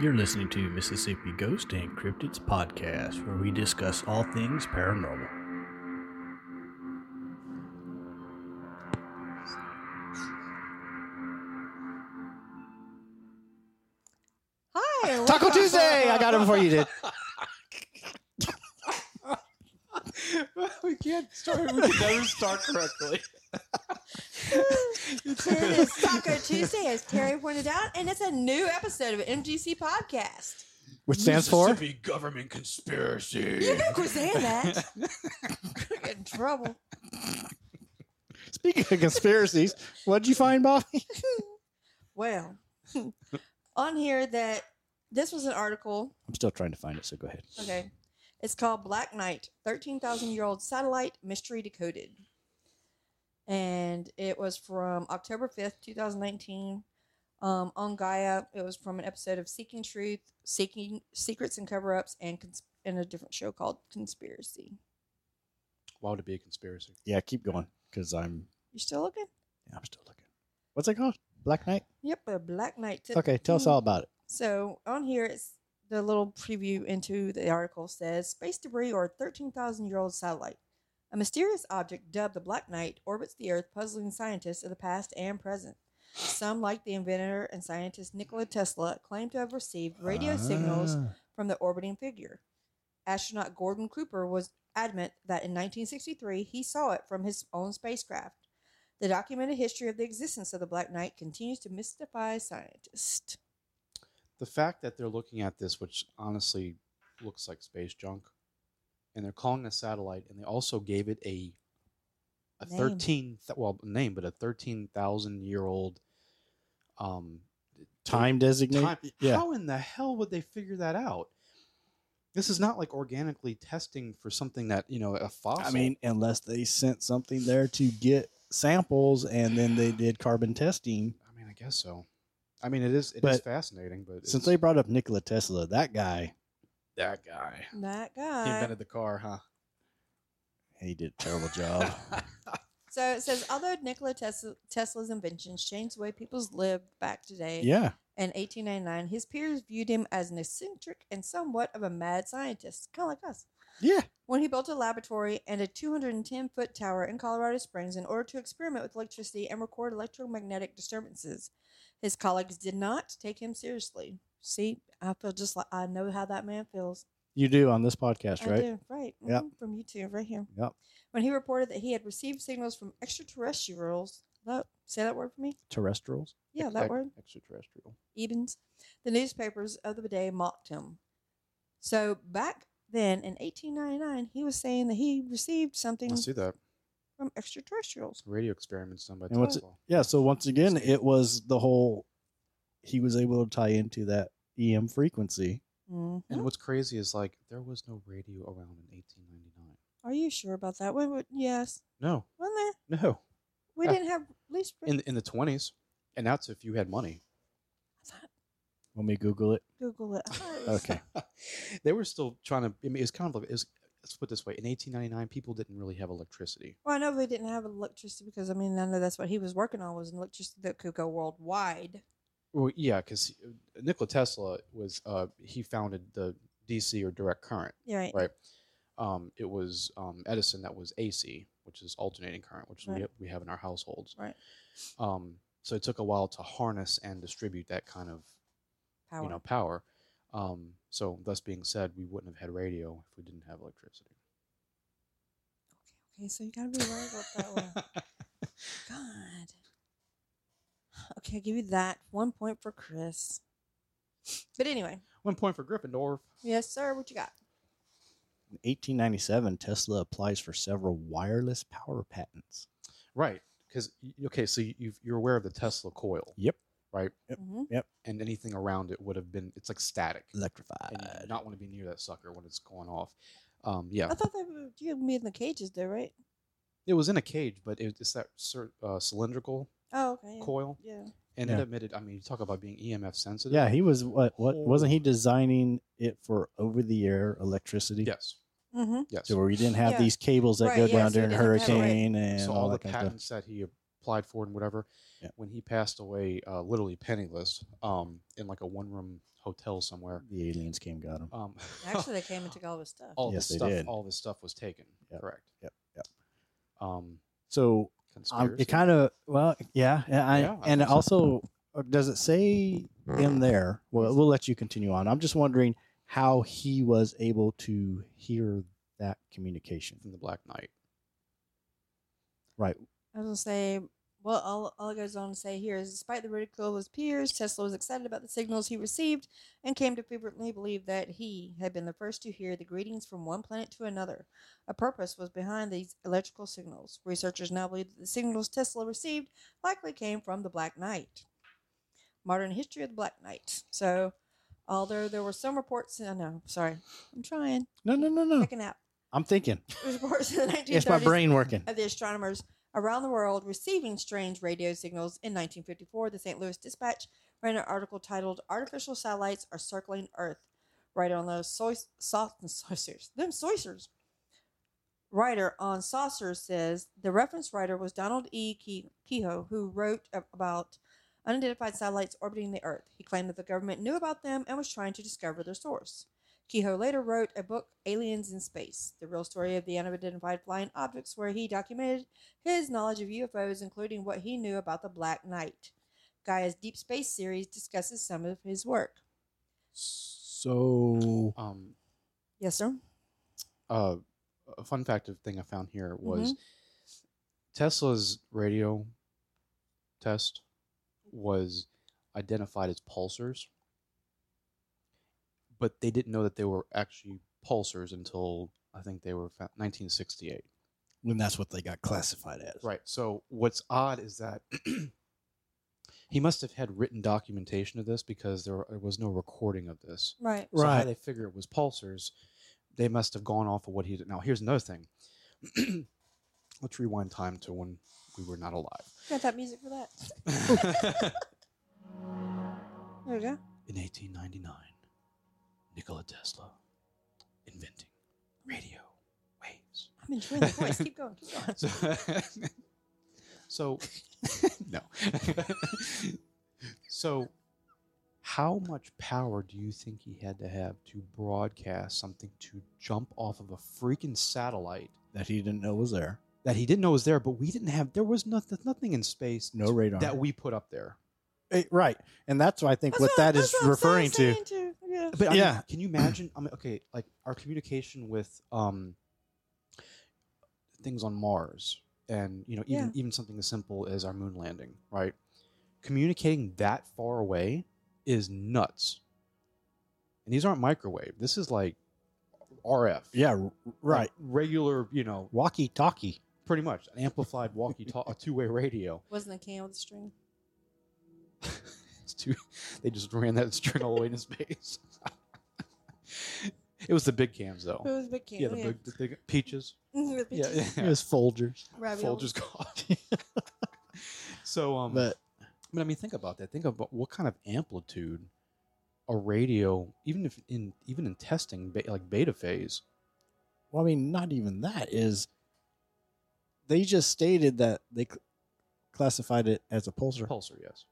You're listening to Mississippi Ghost and Cryptids Podcast, where we discuss all things paranormal. Hi. wel- Taco Tuesday. I got it before you did. we can't start. We can never start correctly. It is Taco Tuesday, as Terry pointed out, and it's a new episode of MGC Podcast. Which stands for? Mississippi government conspiracy. You know, quit saying that. I get in trouble. Speaking of conspiracies, what did you find, Bobby? Well, on here that this was an article I'm still trying to find it, so go ahead. Okay. It's called Black Knight 13,000 year old satellite mystery decoded. And it was from October 5th, 2019. Um, on Gaia, it was from an episode of Seeking Truth, Seeking Secrets and Cover Ups, and cons- in a different show called Conspiracy. Why would it be a conspiracy? Yeah, keep going because I'm You still looking? yeah, I'm still looking. What's it called? Black Knight. Yep, a Black Knight. tip- Okay, tell us all about it. So on here, it's the little preview into the article says space debris or 13,000 year old satellite. A mysterious object dubbed the Black Knight orbits the Earth, puzzling scientists of the past and present. Some, like the inventor and scientist Nikola Tesla, claim to have received radio signals Ah. from the orbiting figure. Astronaut Gordon Cooper was adamant that in 1963 he saw it from his own spacecraft. The documented history of the existence of the Black Knight continues to mystify scientists. The fact that they're looking at this, which honestly looks like space junk, and they're calling it a satellite, and they also gave it a a Name. thirteen th- well name, but a thirteen thousand year old um Time designate. time. Yeah. How in the hell would they figure that out? This is not like organically testing for something that you know a fossil. I mean, unless they sent something there to get samples and then they did carbon testing. I mean, I guess so. I mean, it is it is But fascinating, but Since they it's- brought up Nikola Tesla, that guy, that guy That he guy. invented the car, huh? he did a terrible job. So it says, although Nikola Tesla, Tesla's inventions changed the way people lived back today yeah. in 1899, his peers viewed him as an eccentric and somewhat of a mad scientist, kind of like us. Yeah. When he built a laboratory and a 210 foot tower in Colorado Springs in order to experiment with electricity and record electromagnetic disturbances, his colleagues did not take him seriously. See, I feel just like I know how that man feels. You do on this podcast, I right? do, right. Yep. mhm, From YouTube, right here. Yep. When he reported that he had received signals from extraterrestrials, that, say that word for me. Terrestrials. Yeah, Ex- that word. Extraterrestrial. Edens. The newspapers of the day mocked him. So back then in 1899, he was saying that he received something I see that from extraterrestrials. radio experiments done by And what's it- Tesla. Yeah. So once again, it was the whole. He was able to tie into that EM frequency. hmm And what's crazy is like there was no radio around in 1899. Mm-hmm. Are you sure about that? Wait, wait, yes. No, Wasn't there? no, We Uh, didn't have least. in in the 20s, and that's if you had money. Let me Google it. Google it. I thought it was- Okay. they were still trying to. I mean, it's kind of like it's. Let's put it this way: in 1899, people didn't really have electricity. Well, I know they didn't have electricity because I mean I know that's what he was working on was an electricity that could go worldwide. Well, yeah, because Nikola Tesla was uh, he founded the DC or direct current, Yeah. Right. right? Um, it was um, Edison that was AC, which is alternating current, which we, Right. we have in our households. Right. Um, so it took a while to harness and distribute that kind of Power. you know power. Um, so, thus being said, we wouldn't have had radio if we didn't have electricity. Okay, so you gotta be right about that one. God. Okay, I'll give you that. One point for Chris. But anyway, One point for Gryffindor. yes, sir, what you got? In 1897, Tesla applies for several wireless power patents. Right. Because, okay, so you've, you're aware of the Tesla coil. Yep. Right. Yep. hmm And anything around it would have been, it's like static. And you do Electrified. not want to be near that sucker when it's going off. Um, yeah. I thought they were you had me in the cages there, right? It was in a cage, but it, it's that cer- uh, cylindrical Oh, okay. yeah. coil. Yeah. And it Yeah. emitted, I mean, you talk about being EMF sensitive. Yeah, he was what? What wasn't he designing it for over-the-air electricity? Yes. Mm-hmm. Yes. So where you didn't have Yeah. these cables that Right, go yeah, down so it during doesn't matter, right. hurricane and so all, all the that kind of stuff. patents that he applied for and whatever. Yeah. When he passed away, uh, literally penniless, um, in like a one room hotel somewhere. The aliens came, got Uh, him. Um, Actually, they came and took all this stuff. all Yes, this they stuff, did. all this stuff was taken. Yep, Correct. yep, yep. Um, So um, conspiracy. it kind of well, yeah, and I, Yeah, I and think so. also uh, does it say Hmm. in there? Well, we'll let you continue on. I'm just wondering how he was able to hear that communication. from the Black Knight. I was gonna say, well, all, all it goes on to say here is despite the ridicule of his peers, Tesla was excited about the signals he received and came to fervently believe that he had been the first to hear the greetings from one planet to another. A purpose was behind these electrical signals. Researchers now believe that the signals Tesla received likely came from the Black Knight. Modern history of the Black Knight. So, although there were some reports, I know, sorry, I'm trying, No, no, no, no. checking out. I'm thinking. There's reports in the 1930s It's my brain working. of the astronomers around the world receiving strange radio signals in 1954 the st louis dispatch ran an article titled artificial satellites are circling earth right on those soy- sau- saucers them saucers writer on saucers says the reference writer was donald e Ke- kehoe who wrote ab- about unidentified satellites orbiting the earth he claimed that the government knew about them and was trying to discover their source Kehoe later wrote a book, Aliens in Space The Real Story of the Unidentified Flying Objects, where he documented his knowledge of UFOs, including what he knew about the Black Knight. Gaia's Deep Space series discusses some of his work. So Um, Yes, sir. uh, a fun fact of thing I found here was Tesla's radio test was identified as pulsars, but they didn't know that they were actually pulsars until I think they were fa- 1968. when that's what they got classified as, Right. So what's odd is that he must have had written documentation of this because there, there was no recording of this. Right. So how Right. they figure it was pulsars, they must have gone off of what he did. Now, here's another thing. Let's rewind time to when we were not alive. Got that music for that. There we go. In 1899, Nikola Tesla inventing radio waves. I'm enjoying the voice. Keep going. Keep going. So, so no. so, how much power do you think he had to have to broadcast something to jump off of a freaking satellite That he didn't know was there. that he didn't know was there, but we didn't have? There was nothing, nothing in space No radar. that we put up there. Eh, right, and that's what I think That's what that that's is what I'm referring to. saying too. Yeah. But I mean, Yeah. can you imagine? I mean, okay, like our communication with um things on Mars, and you know, even Yeah. even something as simple as our moon landing, right? Communicating that far away is nuts. And these aren't microwave. This is like RF. Yeah, r- Like right. regular, you know, Walkie-talkie. pretty much an amplified walkie-talkie, a two-way radio. Wasn't the can with the string. It's too, they just ran that string all the way into space. it was the big cams, though. Oh. It was a big can. Yeah, the big, the big peaches. With Yeah, peaches. It was Folgers, Ravioli. Folgers coffee. so, um, but, but I mean, think about that. Think about what kind of amplitude a radio, even if in even in testing, be- like beta phase. Well, I mean, not even that is. They just stated that they cl- classified it as a pulsar, Pulsar, yes.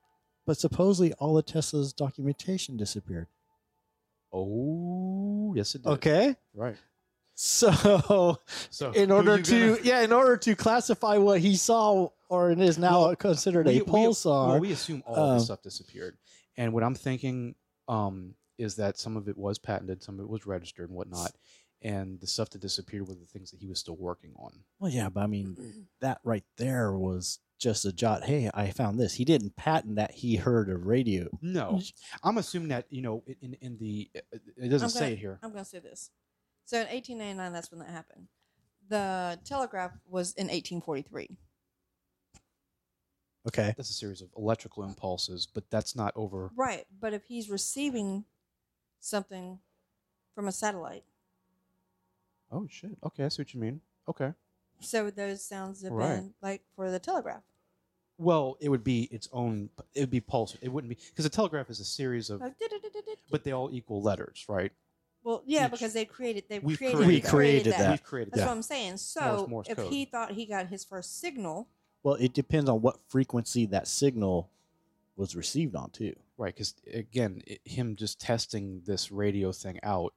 but supposedly all of Tesla's documentation disappeared. Oh, yes, it did. Okay, right. so So, in who order you to gonna- yeah, in order to classify what he saw or it is now Well, considered we- a we- pulsar, well, we assume all of um, this stuff disappeared, and what I'm thinking um, is that some of it was patented, some of it was registered, and whatnot, and the stuff that disappeared were the things that he was still working on. well, yeah, but I mean that right there was just a jot. Hey, I found this. He didn't patent that he heard a radio. No, Mm. I'm assuming that you know in- in in the it- it doesn't I'm say gonna- it here. I'm going to say this. So in 1899, that's when that happened. The telegraph was in 1843. Okay, That's a series of electrical impulses, but that's not over. Right. But if he's receiving something from a satellite, Oh shit! Okay, I see what you mean. Okay. so those sounds have Right. been like for the telegraph. Well, it would be its own. It would be pulse. It wouldn't be because a telegraph is a series of, Like, "Du-du-du-du-du-du." but they all equal letters, right? well, yeah, each- because they created, they we've created, created we that. created We've that. We've created That's that. what I'm saying. So Morse if code. he thought he got his first signal Well, it depends on what frequency that signal was received on too. Right, because again, it, him just testing this radio thing out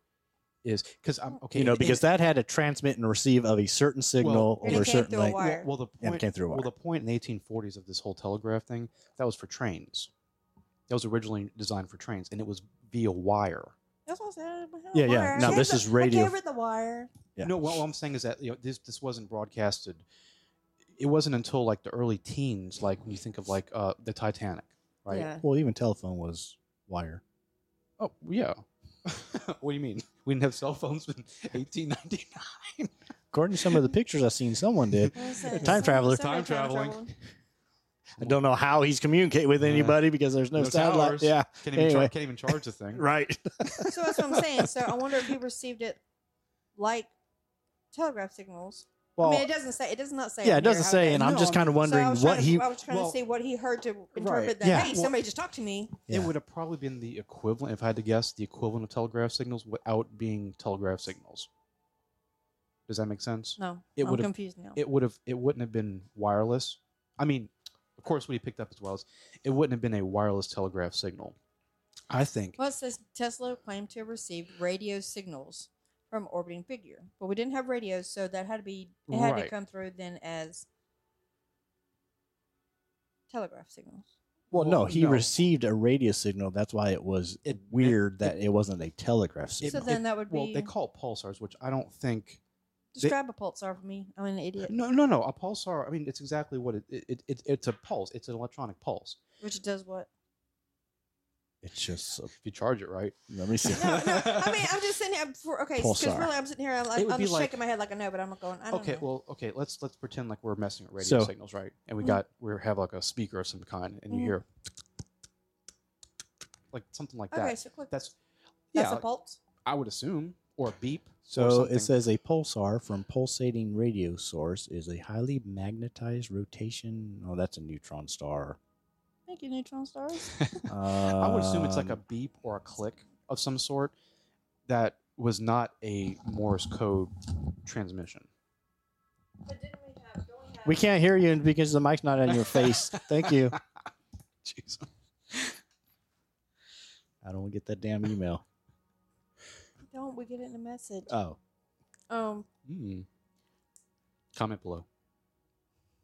is because I'm Oh. okay. You know, and- because that had to transmit and receive of a certain signal And it over a came certain through a length. wire. well, well, the And it point came through a well, wire. the point in the 1840s of this whole telegraph thing that was for trains. That was originally designed for trains, and it was via wire. That's what I said. I Yeah, had a yeah. wire. No, I this can't is re- radio. I can't read the wire. Yeah. No, what I'm saying is that you know, this this wasn't broadcasted. It wasn't until like the early teens, like when you think of like uh, the Titanic, right? Yeah. Well, even telephone was wire. Oh yeah. what do you mean? We didn't have cell phones in 1899. According to some of the pictures I've seen, someone did. What was that? Time traveler. Somebody Time traveling. I don't know how he's communicating with Yeah. anybody because there's no, satellite. towers. Yeah, Can't even, Anyway. char- can't even charge the thing. right. so that's what I'm saying. So I wonder if he received it like telegraph signals. Well, I mean, it doesn't say. It does not say. yeah, on it doesn't here how say, did- and I'm No, just I mean- kind of wondering so I was what trying to- he. I was trying well- to see what he heard to interpret Right, that. yeah. hey, Well- somebody just talked to me. Yeah. It would have probably been the equivalent, if I had to guess, the equivalent of telegraph signals without being telegraph signals. Does that make sense? No, It I'm would've- confused now. It would have. It wouldn't have been wireless. I mean, of course, what he picked up as well is it wouldn't have been a wireless telegraph signal. I think. Well, it says Tesla claimed to have received radio signals from orbiting figure, but we didn't have radios, so that had to be it had to Right. come through then as telegraph signals. Well, no, he no. received a radio signal. That's why it was It- weird it- that it wasn't a telegraph It- so signal. then it- that would well, be they call it pulsars, which I don't think. describe a pulsar for me. I'm an idiot, No, no, no. A pulsar. I mean, it's exactly what it. It, it it's a pulse. It's an electronic pulse. which does what? it's just. If you charge it right. Let me see. No, no. I mean, I'm just sitting here. For, okay, because Pulsar. really, I'm sitting here. I'm, It like, would I'm be just like- shaking my head like I know, but I'm not going. I don't Okay, know. well, okay, let's let's pretend like we're messing with radio So- signals, right? And we Mhm. got we have like a speaker of some kind, and you Mhm. hear like something like okay, that. so click. That's yeah, That's a pulse. I would assume, or a beep. or So something. it says a pulsar from pulsating radio source is a highly magnetized rotation. Oh, that's a neutron star. Thank you, neutron stars. I would assume it's like a Um, beep or a click of some sort that was not a Morse code transmission. But didn't we have? Don't we have? We can't hear you because the mic's not on your face. Thank you. Jeez. I don't get that damn email. Don't we get it in a message? Uh, Oh, um. Hmm. Mm. Comment below.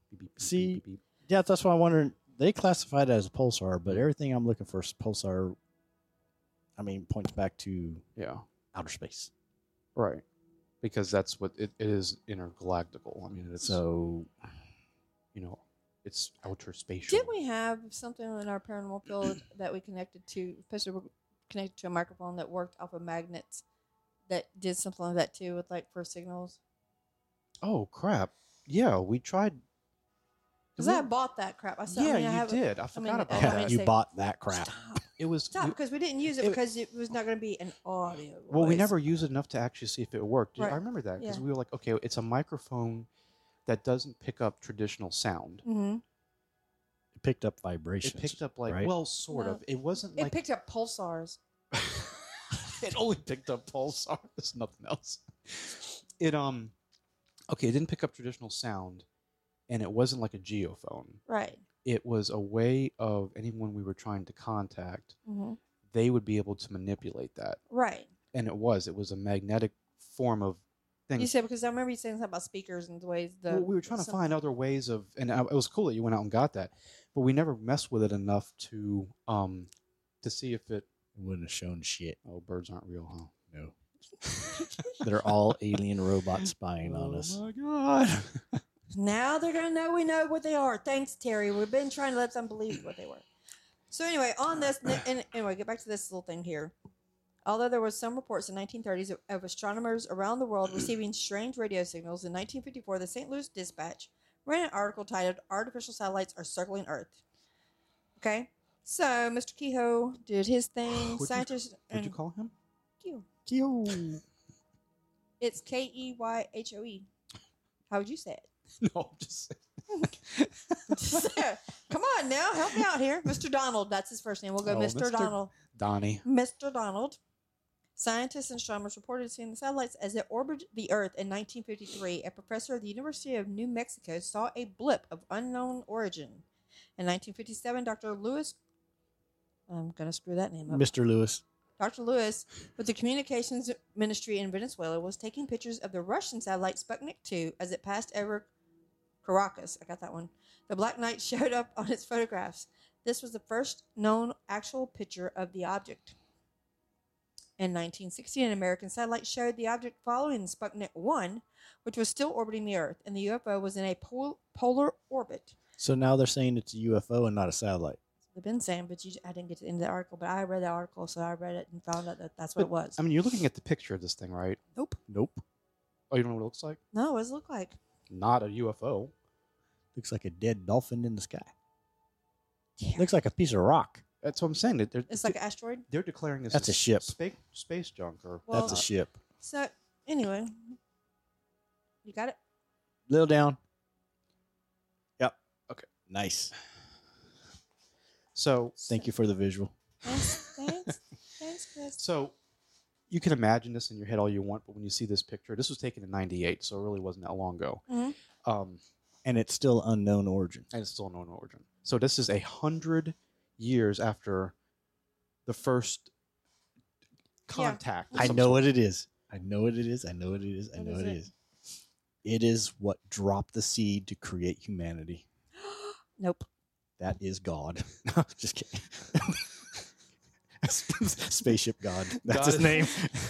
Beep, beep, beep, beep, See, beep, beep. yeah, that's why I'm wondering. They classified it as a pulsar, but everything I'm looking for is pulsar. I mean, points back to yeah, outer space. right, because that's what it, it is intergalactical. I mean, it's So you know, it's outer spatial. Didn't we have something in our paranormal field that we connected to, especially we connected to a microphone that worked off of magnets that did something like that too with like for signals? Oh crap! Yeah, we tried. Because Did I we- bought that crap. I said, yeah, I mean, I you have did. I forgot mean, I about mean, that. it's you like- bought that crap. it was Stop we- because we didn't use it, it- because it was not going to be an audio. well, we voice. never used it enough to actually see if it worked. Right. I remember that because Yeah. we were like, okay, it's a microphone that doesn't pick up traditional sound. Mhm. It picked up It vibrations. picked up like right? well, sort No. of. It wasn't It like picked up pulsars. it only picked up pulsars, nothing else. It um, okay, it didn't pick up traditional sound, and it wasn't like a geophone. Right. It was a way of anyone we were trying to contact hmm they would be able to manipulate that. Right. And it was. It was a magnetic form of thing. You said because I remember you saying something about speakers and the ways the. well, we were trying to some- find other ways of, and I, it was cool that you went out and got that, but we never messed with it enough to, um, to see if it. It wouldn't have shown shit. Oh, birds aren't real, No. huh? They're all alien robots spying on us. Oh my god! Now they're gonna know we know what they are. Thanks, Terry. We've been trying to let them believe what they were. So anyway, on this, and anyway, get back to this little thing here. Although there was some reports in 1930s of, of astronomers around the world receiving strange radio signals, in 1954, the St. Louis Dispatch ran an article titled "Artificial Satellites Are Circling Earth." Okay, so Mr. Kehoe did his thing. Would you- Scientists, Would you and- call him? Kehoe. Yo. it's K E Y H O E. How would you say it? No, I'm just saying. So, Come on now, help me out here. Mr. Donald, that's his first name. We'll go Oh, Mr. Mr. Donald. Donnie. Mr. Donald Scientists and astronomers reported seeing the satellites as it orbited the Earth in 1953. A professor at the University of New Mexico saw a blip of unknown origin. In 1957, Dr. Lewis, I'm going to screw that name up. Mr. Lewis. Dr. Lewis, with the communications ministry in Venezuela, was taking pictures of the Russian satellite Sputnik 2 as it passed over Caracas. I got that one. The Black Knight showed up on its photographs. This was the first known actual picture of the object. In 1960, an American satellite showed the object following Sputnik 1, which was still orbiting the Earth, and the UFO was in a pol- polar orbit. So now they're saying it's a UFO and not a satellite. They've been saying, but you, I didn't get to the end of the article, but I read the article, so I read it and found out that that's what it But, was. I mean, you're looking at the picture of this thing, right? nope. Nope. Oh, you don't know what it looks like? No, what does it look like? Not a UFO. Looks like a dead dolphin in the sky. Looks like a piece of rock. That's what I'm saying. That they're, It's like an asteroid. they're declaring this That's as a ship. Space, space junk or Well, That's a uh, ship. So anyway, you got it. Little down. Yep. Okay. Nice. so. Thank you for the visual. Thanks, thanks, thanks, Chris. So you can imagine this in your head all you want, but when you see this picture, this was taken in '98, so it really wasn't that long ago. Mhm. Um, And it's still unknown origin. and it's still known origin. So this is a hundred years after the first contact. of I some know sort. what it is. I know what it is. I know what it is. I What know is what it? it is. It is what dropped the seed to create humanity. nope. That is God. No, just kidding. Spaceship God. That's God his is-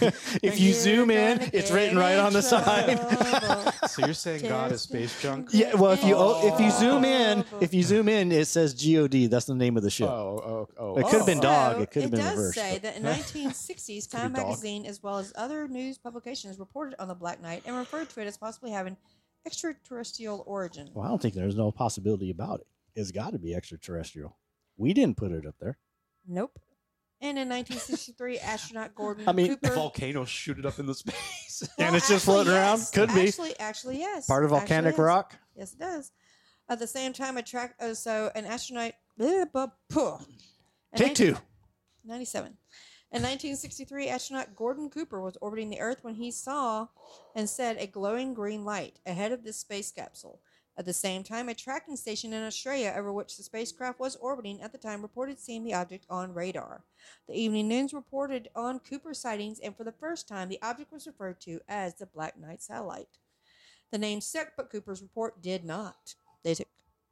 name. if you You're zoom in, gonna it's get written right in on the sign. trouble. So you're saying God is Just space junk? yeah. Well, if you oh, if you zoom in, Oh. if you zoom in, it says God. That's the name of the ship. Oh, oh, oh. It could've been oh. done. dog, it could've been does reversed, say but- that in 1960s, Could be Time dog. magazine, as well as other news publications, reported on the Black Knight and referred to it as possibly having extraterrestrial origin. Well, I don't think there's no possibility about it. It's got to be extraterrestrial. We didn't put it up there. Nope. And in 1963, astronaut Gordon I mean, The Cooper. volcano shoot it up into space. Well, and it's just floating around? yes. Could be. Actually, actually, yes. Part of Actually, volcanic yes. rock. Yes, it does. At the same time, a track. Oh, so an astronaut. blah, blah, puh. In Take two. 1997. In 1963, astronaut Gordon Cooper was orbiting the Earth when he saw and said a glowing green light ahead of the space capsule. At the same time, a tracking station in Australia over which the spacecraft was orbiting at the time reported seeing the object on radar. The evening news reported on Cooper sightings, and for the first time, the object was referred to as the Black Knight satellite. The name stuck, but Cooper's report did not. They took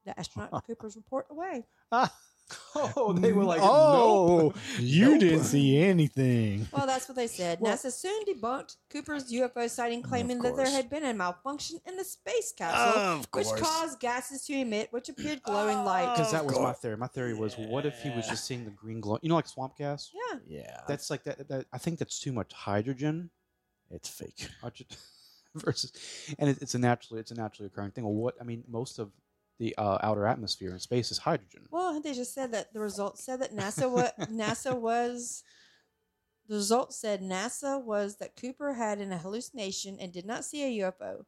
the astronaut Cooper's report away. oh, they were like, Oh, nope. you Nope. didn't see anything. Well, that's what they said. Well- NASA soon debunked Cooper's UFO sighting, claiming that there Mm, course. had been a malfunction in the space capsule, of which caused gases to emit, which appeared glowing light. Because that Of was my course. theory. My theory was, what if he was Yeah. just seeing the green glow? You know, like swamp gas. yeah, Yeah, That's like that, that. I think that's too much hydrogen. it's fake. I ju- versus, and it, it's a naturally it's a naturally occurring thing. Well, what I mean, most of the uh, outer atmosphere in space is hydrogen. well, they just said that the results said that NASA what NASA was. The results said NASA was that Cooper had an hallucination and did not see a UFO.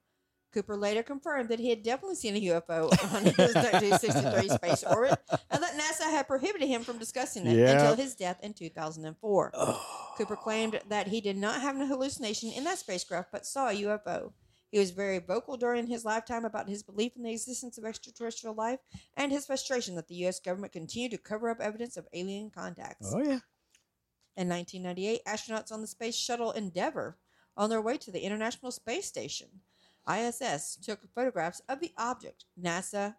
Cooper later confirmed that he had definitely seen a UFO on his 1963 space orbit, and that NASA had prohibited him from discussing it Yeah. until his death in 2004. Oh. Cooper claimed that he did not have an hallucination in that spacecraft, but saw a UFO. He was very vocal during his lifetime about his belief in the existence of extraterrestrial life and his frustration that the U.S. government continued to cover up evidence of alien contacts. Oh yeah. In 1998, astronauts on the space shuttle Endeavour, on their way to the International Space Station, ISS, took photographs of the object. NASA.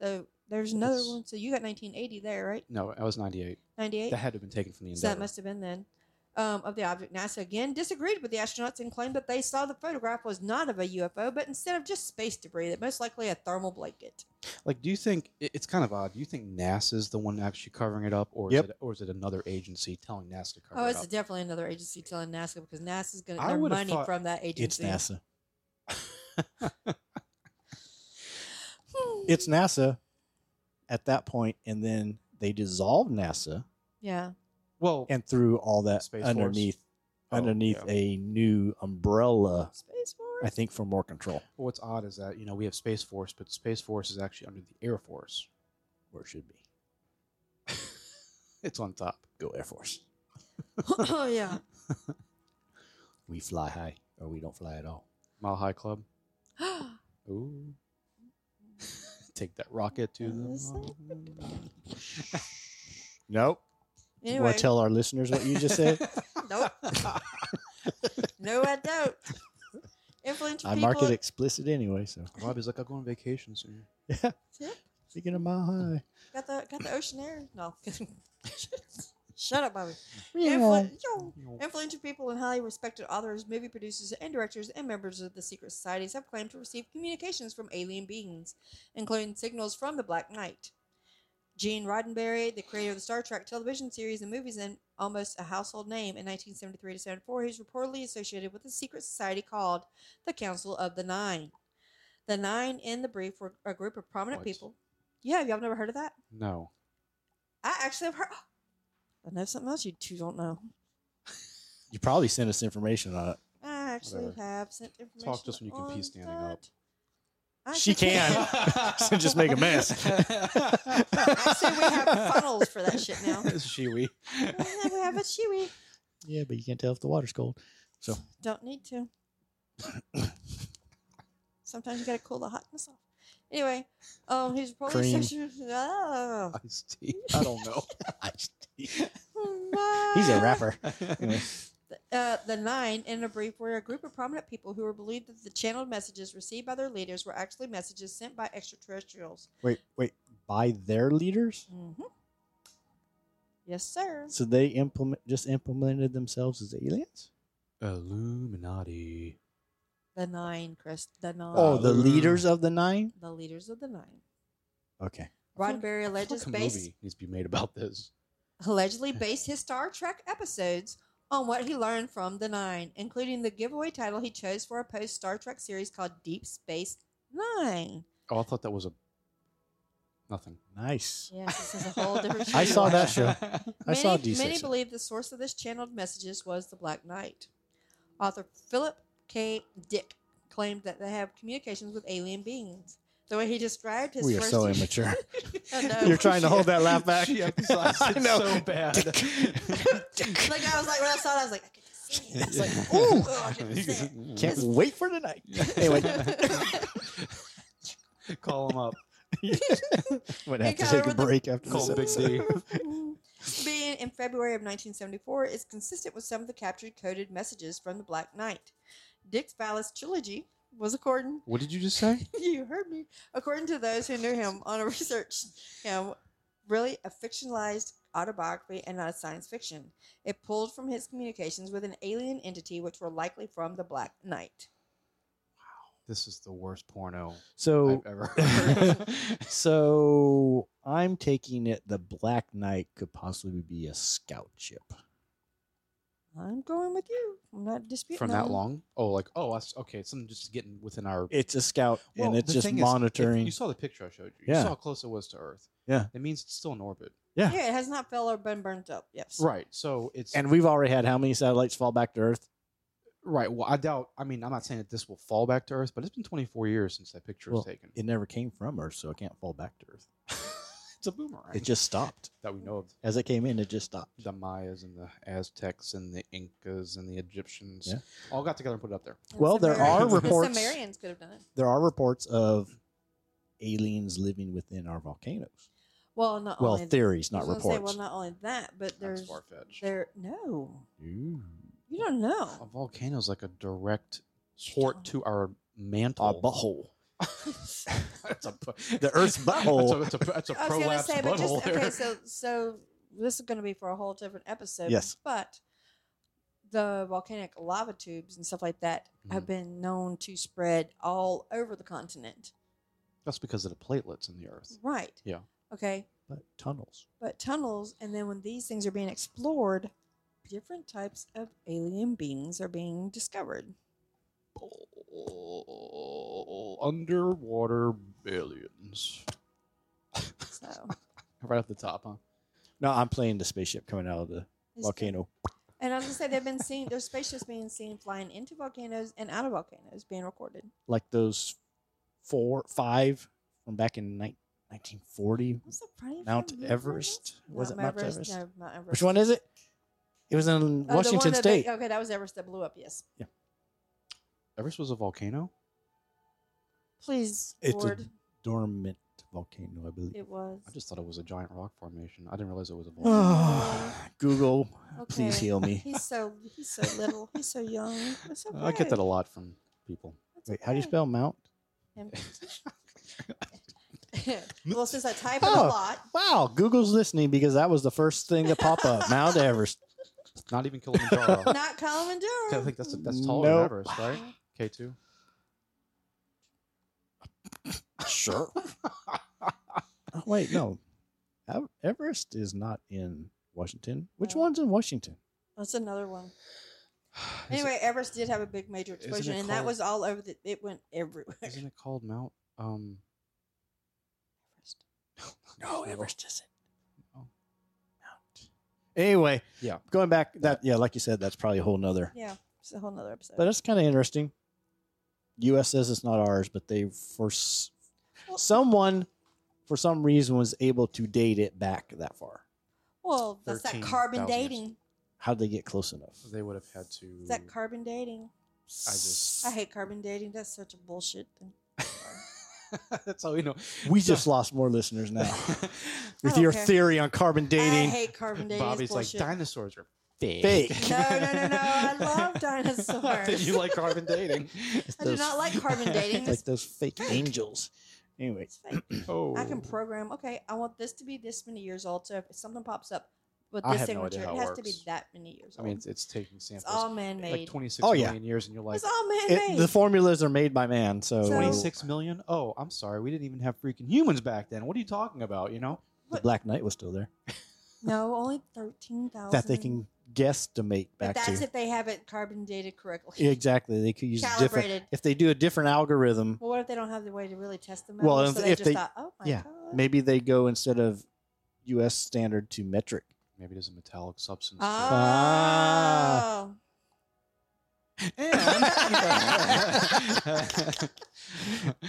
So there's another That's- one. So you got 1980 there, right? No, I was ninety eight. 98. That had to have been taken from the So that Endeavor. must have been then. Um, of the object, NASA again disagreed with the astronauts and claimed that they saw the photograph was not of a UFO, but instead of just space debris, that most likely a thermal blanket. like, do you think it, it's kind of odd? Do you think NASA's the one actually covering it up, or Yep. is it, or is it another agency telling NASA to cover Oh, it it's up? definitely another agency telling NASA because NASA's going to I their would've money thought from that It's agency. NASA. Hmm. It's NASA at that point, and then they dissolved NASA yeah, well, and threw all that Space Force? underneath Oh, underneath yeah. a new umbrella. space force. I think for more control, what's odd is that you know we have Space Force, but Space Force is actually under the Air Force. where it should be. It's on top. Go Air Force. oh yeah. we fly high or we don't fly at all. Mile High Club. Ooh. Take that rocket to them. Nope. You anyway, Want to tell our listeners what you just said? Nope. no, I don't. Influential I people. mark it explicit anyway. So Robbie's like, I'll go on vacation soon. speaking of mile high, Got the got the ocean air. No. Shut up, Bobby. Yeah. Influ- yo. Influential people and highly respected authors, movie producers, and directors, and members of the secret societies have claimed to receive communications from alien beings, including signals from the Black Knight. Gene Roddenberry, the creator of the Star Trek television series and movies, and almost a household name in 1973 to 74, he's reportedly associated with a secret society called the Council of the Nine. The Nine in the brief were a group of prominent What? people. Yeah, y'all never heard of that? No. I actually have heard. I know something else you two don't know. you probably sent us information on it. I actually Whatever. have sent information. Talk to us when you can pee on standing up. that. I She actually can. So just make a mess. Actually, we have funnels for that shit now. Shiwi. we have a shiwi. Yeah, but you can't tell if the water's cold. Don't need to. Sometimes you gotta cool the hotness off. Anyway, um, he's probably Cream. Oh, Iced tea. I don't know. He's a rapper. Anyway. uh, the nine in a brief were a group of prominent people who were believed that the channeled messages received by their leaders were actually messages sent by extraterrestrials. Wait, wait. By their leaders, Mm-hmm. Yes, sir. so they implement just implemented themselves as aliens. Illuminati. The nine, Chris. The nine. Oh, the Uh, leaders of the nine. the leaders of the nine. Okay. Roddenberry I feel alleges like a based, movie needs to be made about this. allegedly based his Star Trek episodes on what he learned from the nine, including the giveaway title he chose for a post Star Trek series called Deep Space Nine. Oh, I thought that was a nothing. Nice. Yes, this is a whole different. I saw that show. I Many, saw D many six. believe the source of this channeled messages was the Black Knight. Author Philip K. Dick claimed that they have communications with alien beings. The way he described his We are first so immature. I know. You're trying to hold that laugh back. She emphasized I it know. so bad. Like I was like when I saw it, I was like, I can see it. I was like, Yeah. ooh, oh, I can see it. Can't wait for tonight. Anyway. Call him up. Might You have to got take over a the- break after Call this Big episode. D. Being in February of 1974 is consistent with some of the captured coded messages from the Black Knight. Dick's Ballast trilogy was according What did you just say? you heard me according to those who knew him on a research him really a fictionalized autobiography and not a science fiction. It pulled from his communications with an alien entity which were likely from the Black Knight. This is the worst porno So, I've ever heard. so I'm taking it the Black Knight could possibly be a scout ship. I'm going with you. I'm not disputing From that one. long? Oh, like oh, I s okay. Something just getting within our. It's a scout, Well, and it's the just thing is, if monitoring. you saw the picture I showed you. Yeah. You saw how close it was to Earth. Yeah. It means it's still in orbit. yeah. Yeah, it has not fell or been burnt up. Yes. Right. So it's and we've already had how many satellites fall back to Earth? right. Well, I doubt. I mean, I'm not saying that this will fall back to Earth, but it's been 24 years since that picture Well, was taken. It never came from Earth, so it can't fall back to Earth. it's a boomerang. It just stopped that we know of. as it came in. It just stopped. The Mayas and the Aztecs and the Incas and the Egyptians Yeah. all got together and put it up there. And Well, there Sumerians- are the reports- Sumerians could have done it. There are reports of aliens living within our volcanoes. Well, not Well, only I theories, was not gonna reports. Say, well, not only that, but That's there's far fetched. there no. Ooh. You don't A know. volcano is like a direct port to our mantle. A butthole. that's a The Earth's butthole. That's a, that's a, that's a I was gonna prolapsed say, but just butthole. there. okay. So, so this is gonna be for a whole different episode. Yes. But the volcanic lava tubes and stuff like that have Mhm. been known to spread all over the continent. That's because of the platelets in the Earth. Right. Yeah. Okay. But tunnels. but tunnels and then when these things are being explored different types of alien beings are being discovered Underwater billions. so Right off the top, huh? No, I'm playing the spaceship coming out of the it's- volcano. and i was gonna say they've been seen there's spaceships being seen flying into volcanoes and out of volcanoes being recorded Like those four, five from back in nine- 1940. what's the funny Mount thing? Everest? Was it Mount Everest? no mount everest Which one is it? It was in Oh, the one Washington that they- State. okay, that was Everest that blew up. Yes. Everest was a volcano. Please, it's a Lord, dormant volcano, I believe. it was. I just thought it was a giant rock formation. I didn't realize it was a volcano. Ah, Google, please Okay. heal me. He's so he's so little. he's so young. It's okay. I get that a lot from people. It's Wait, how do you okay. spell Mount? Him. well, since I type it Oh. a lot, Wow, Google's listening because that was the first thing that popped up. Mount Everest. Not even Kilimanjaro. not Common I think that's that's taller Nope. than Everest, right? K two. Sure. oh, wait, no. Ev- Everest is not in Washington. Which No. one's in Washington? That's another one. Anyway, Everest did have a big major isn't explosion, it and that called- was all over. The, it went everywhere. isn't it called Mount? Um, No, Everest isn't. Oh. Mount. Anyway, Yeah. Going back, that yeah, like you said, that's probably a whole nother. Yeah, it's a whole nother episode. But that's kind of interesting. U.S. says it's not ours, but they for s- Well- someone for some reason was able to date it back that far. well, that's that 13,000 carbon years. dating. How'd they get close enough? they would have had to. It's that carbon dating. I just. I hate carbon dating. That's such a bullshit thing. that's all we know. We just lost more listeners now Oh. with don't your care. theory on carbon I dating. hate carbon dating. Bobby's Bobby's bullshit. like dinosaurs are fake. Fake. No, no, no, no, I love dinosaurs. you like carbon dating. I do not like carbon dating. like those fake angels. Anyway, It's fake. Oh, I can program. Okay, I want this to be this many years old. So if something pops up with I this have no signature, idea it how it has to be works. that many years I old. mean, it's, it's taking it's samples all man-made. like 26 Oh, million yeah. years, and you're like it's all man-made. it, the formulas are made by man, so, So- twenty-six million. Oh, I'm sorry, we didn't even have freaking humans back then. What are you talking about? You know, the Black Knight was still there no, only thirteen thousand. that they can guesstimate But back that's to. if they have it carbon dated correctly. Exactly, they could use different. Calibrated. If they do a different algorithm, Well, what if they don't have the way to really test them? Well, out? if- so they if just they- thought, oh my yeah, god, maybe they go instead of U.S. standard to metric. maybe there's a metallic substance. Oh. Ah. All right.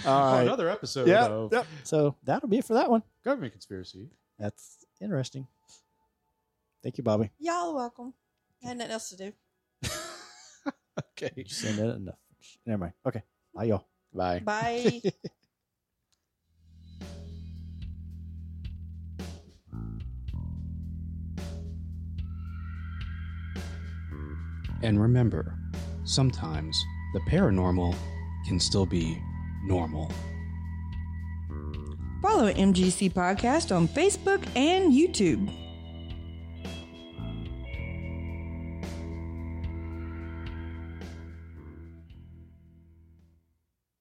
Oh, Another episode of So that'll be it for that one. Government Conspiracy. That's interesting. Thank you, Bobby. y'all are welcome. I had nothing else to do. okay. You said that enough. Never mind. Okay. Bye, y'all. Bye. Bye. And remember, sometimes the paranormal can still be normal. Follow MGC Podcast on Facebook and YouTube.